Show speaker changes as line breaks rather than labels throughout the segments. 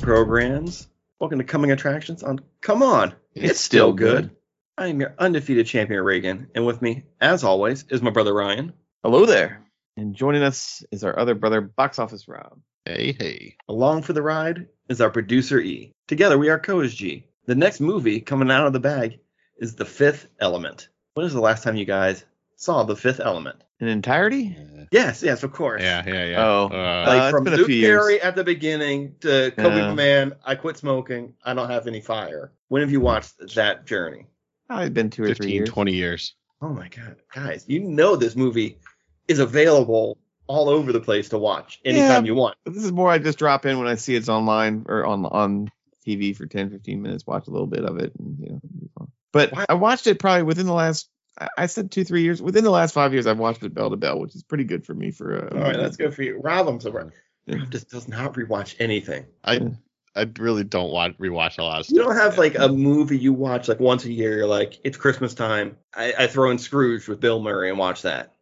programs. Welcome to Coming Attractions on Come On, It's, Still Good. I am your undefeated champion, Reagan, and with me, as always, is my brother Ryan.
Hello there.
And joining us is our other brother, Box Office Rob.
Hey, hey.
Along for the ride is our producer E. Together we are Co G. The next movie coming out of the bag is The Fifth Element. When is the last time you guys saw The Fifth Element?
In entirety?
Yeah,
Yes, yes, of course.
yeah, yeah.
Oh.
Uh,
Like
Uh, it's
from
been a
Luke
few years.
Perry at the beginning to Kobe
Yeah.
Man, I quit smoking, I don't have any fire. When have you watched that journey?
Probably been two or three
15,
years.
20 years.
Oh my god, guys, you know this movie is available all over the place to watch anytime you want.
This is more I just drop in when I see it's online or on on TV for 10, 15 minutes, watch a little bit of it, and you know. move on. But
Why-
I watched it probably within the last. I- I said two, three years. Within the last five years, I've watched it bell to bell, which is pretty good for me. For uh,
All right, that's good for you. Rob, I'm surprised.
Yeah.
Rob just does not rewatch anything.
I I really don't want rewatch a lot of stuff.
You don't have
Yeah.
like a movie you watch like once a year. You're like, it's Christmas time. I, I throw in Scrooge with Bill Murray and watch that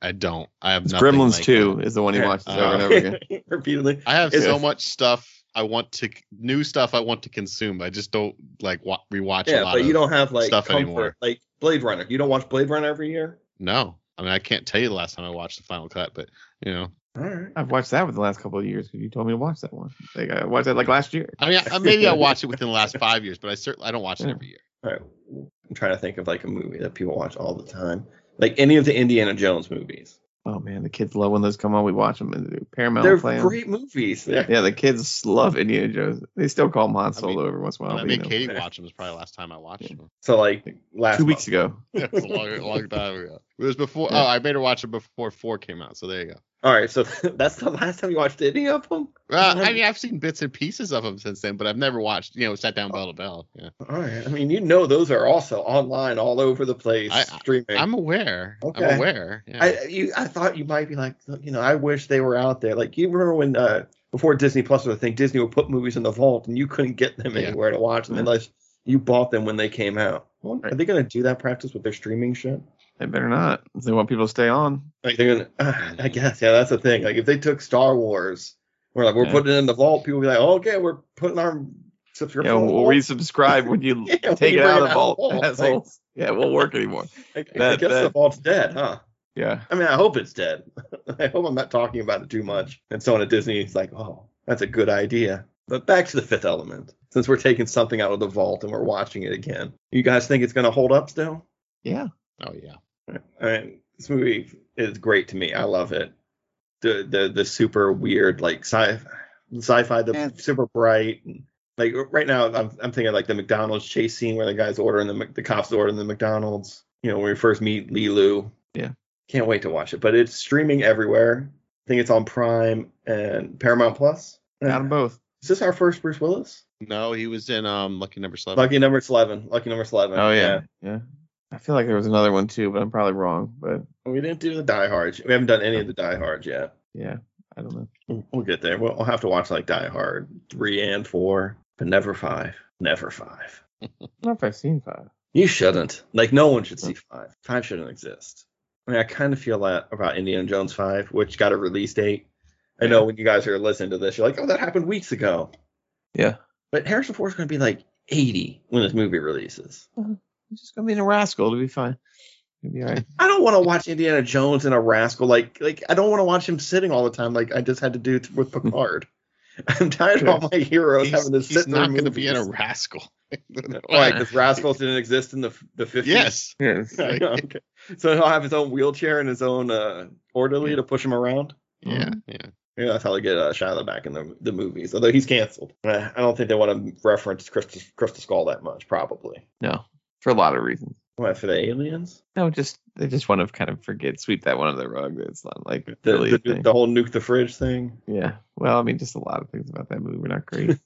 I don't. I have
It's
nothing
Gremlins
like
Two
that.
is the one he
Yeah.
watches
Uh,
over and over again.
repeatedly.
I have
It's-
so much stuff I want to new stuff I want to consume. I just don't like wa- rewatch
Yeah,
a lot
but
of
you don't have like
stuff
comfort,
anymore.
like Blade Runner. You don't watch Blade Runner every year.
No. I mean, I can't tell you the last time I watched the final cut, but you know,
All right.
I've watched that within the last couple of years because you told me to watch that one. Like I watched that like last year.
I mean, I, maybe I watch it within the last five years, but I certainly I don't watch it every year.
All right. I'm trying to think of like a movie that people watch all the time, like any of the Indiana Jones movies.
Oh man, the kids love when those come on. We watch them and they're Paramount
They're
will play 'em.
great movies. They're-
Yeah, the kids love Indiana Jones. They still call him Han
I
Solo
mean,
every once in a
When
while.
I
but,
made
you know,
Katie watch them was probably the last time I watched them.
So like last
two weeks
month.
ago.
It was a long, long time ago. It was before. Oh, I made her watch it before four came out. So there you go.
All right, so that's the last time you watched any of them.
Well,
Yeah.
I mean, I've seen bits and pieces of them since then, but I've never watched. You know, sat
Oh,
down bell to bell. Yeah,
All right. I mean, you know those are also online all over the place
I- I-
streaming.
I'm aware.
Okay.
I'm aware. Yeah.
I you I thought you might be like, you know, I wish they were out there. Like you remember when uh before Disney Plus was a thing, Disney would put movies in the vault and you couldn't get them
Yeah.
anywhere to watch them
Yeah.
unless you bought them when they came out. Well,
Right.
Are they gonna do that practice with their streaming shit?
They better not. If They want people to stay on.
Like they're gonna uh,
Mm-hmm.
I guess, yeah, that's the thing. Like if they took Star Wars, we're like we're
Yeah.
putting it in the vault, people would be like, oh, okay, we're putting our
You
subscription.
know,
in the
we'll
vault.
resubscribe when you
Yeah, when
take
you
it out
bring
of the vault. assholes. yeah, it won't work anymore.
I, I
That-
guess the
that-
vault's dead, huh?
Yeah.
I mean, I hope it's dead. I hope I'm not talking about it too much. And someone at Disney is like, oh, that's a good idea. But back to the fifth element. Since we're taking something out of the vault and we're watching it again, you guys think it's going to hold up still?
Yeah.
oh yeah.
I mean, this movie is great to me. I love it. The the the super weird like sci sci-fi, the
Yeah.
super bright. And, like right now, I'm I'm thinking like the McDonald's chase scene where the guys ordering the Mc- the cops ordering the McDonald's. You know, when we first meet Lilu.
Yeah.
Can't wait to watch it. But it's streaming everywhere. I think it's on Prime and Paramount Plus.
Got them both.
Is this our first Bruce Willis?
No, he was in um Lucky Number Seven.
Lucky number eleven. Lucky number eleven.
Oh yeah. yeah. I feel like there was another one too, but I'm probably wrong. But
We didn't do the Die Hards. We haven't done any of the Die Hards yet.
yeah, I don't know.
We'll we'll get there. We'll, we'll have to watch like Die Hard three and four, but never five. Never five.
I don't know if I've seen five.
You shouldn't. Like no one should see five. Five shouldn't exist. I mean, I kind of feel that about Indiana Jones five, which got a release date. I know when you guys are listening to this, you're like, oh, that happened weeks ago.
Yeah.
But Harrison Ford's going to be like 80 when this movie releases.
He's just gonna be in a rascal. It'll be fine. It'll be all right.
I don't want to watch Indiana Jones and a rascal like like I don't want to watch him sitting all the time like I just had to do t- with Picard. I'm tired of all my heroes
He's,
having to
he's
sit.
not
going to
be in a rascal.
Why? Because rascals didn't exist in the the fifties.
yes.
yes.
okay. So he'll have his own wheelchair and his own uh, orderly to push him around.
Yeah.
Mm-hmm.
Yeah.
Yeah, that's how they get uh, Shiloh back in the the movies. Although he's canceled, Uh, I don't think they want to reference Crystal Crystal Skull that much. Probably.
No, for a lot of reasons.
What for the aliens?
No, just they just want to kind of forget, sweep that one under the rug. That's not like
The
really
the,
a thing.
the whole nuke the fridge thing.
Yeah. Well, I mean, just a lot of things about that movie were not great.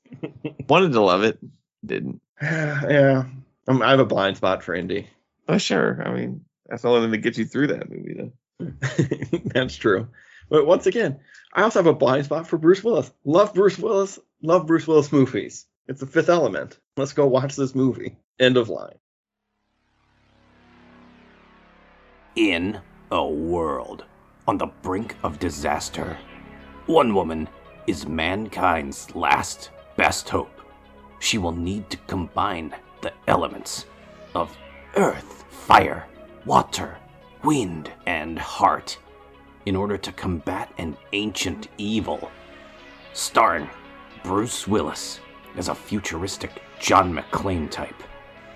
Wanted to love it, didn't.
yeah, I'm, I have a blind spot for Indy.
Oh, sure. I mean, that's the only thing that gets you through that movie, though.
That's true. But once again, I also have a blind spot for Bruce Willis. Love Bruce Willis. Love Bruce Willis movies. It's the fifth element. Let's go watch this movie. End of line.
in a world on the brink of disaster. One woman is mankind's last best hope, she will need to combine the elements of earth, fire, water, wind, and heart in order to combat an ancient evil. Starring Bruce Willis as a futuristic John McClane type,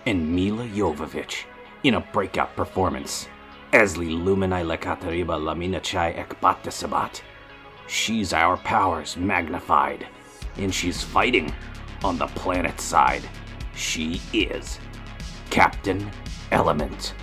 and Mila Jovovich in a breakout performance as Lumini Lekatariba Lamina Chai Ekbata Sabat. She's our powers magnified, and she's fighting on the planet's side. She is Captain Element.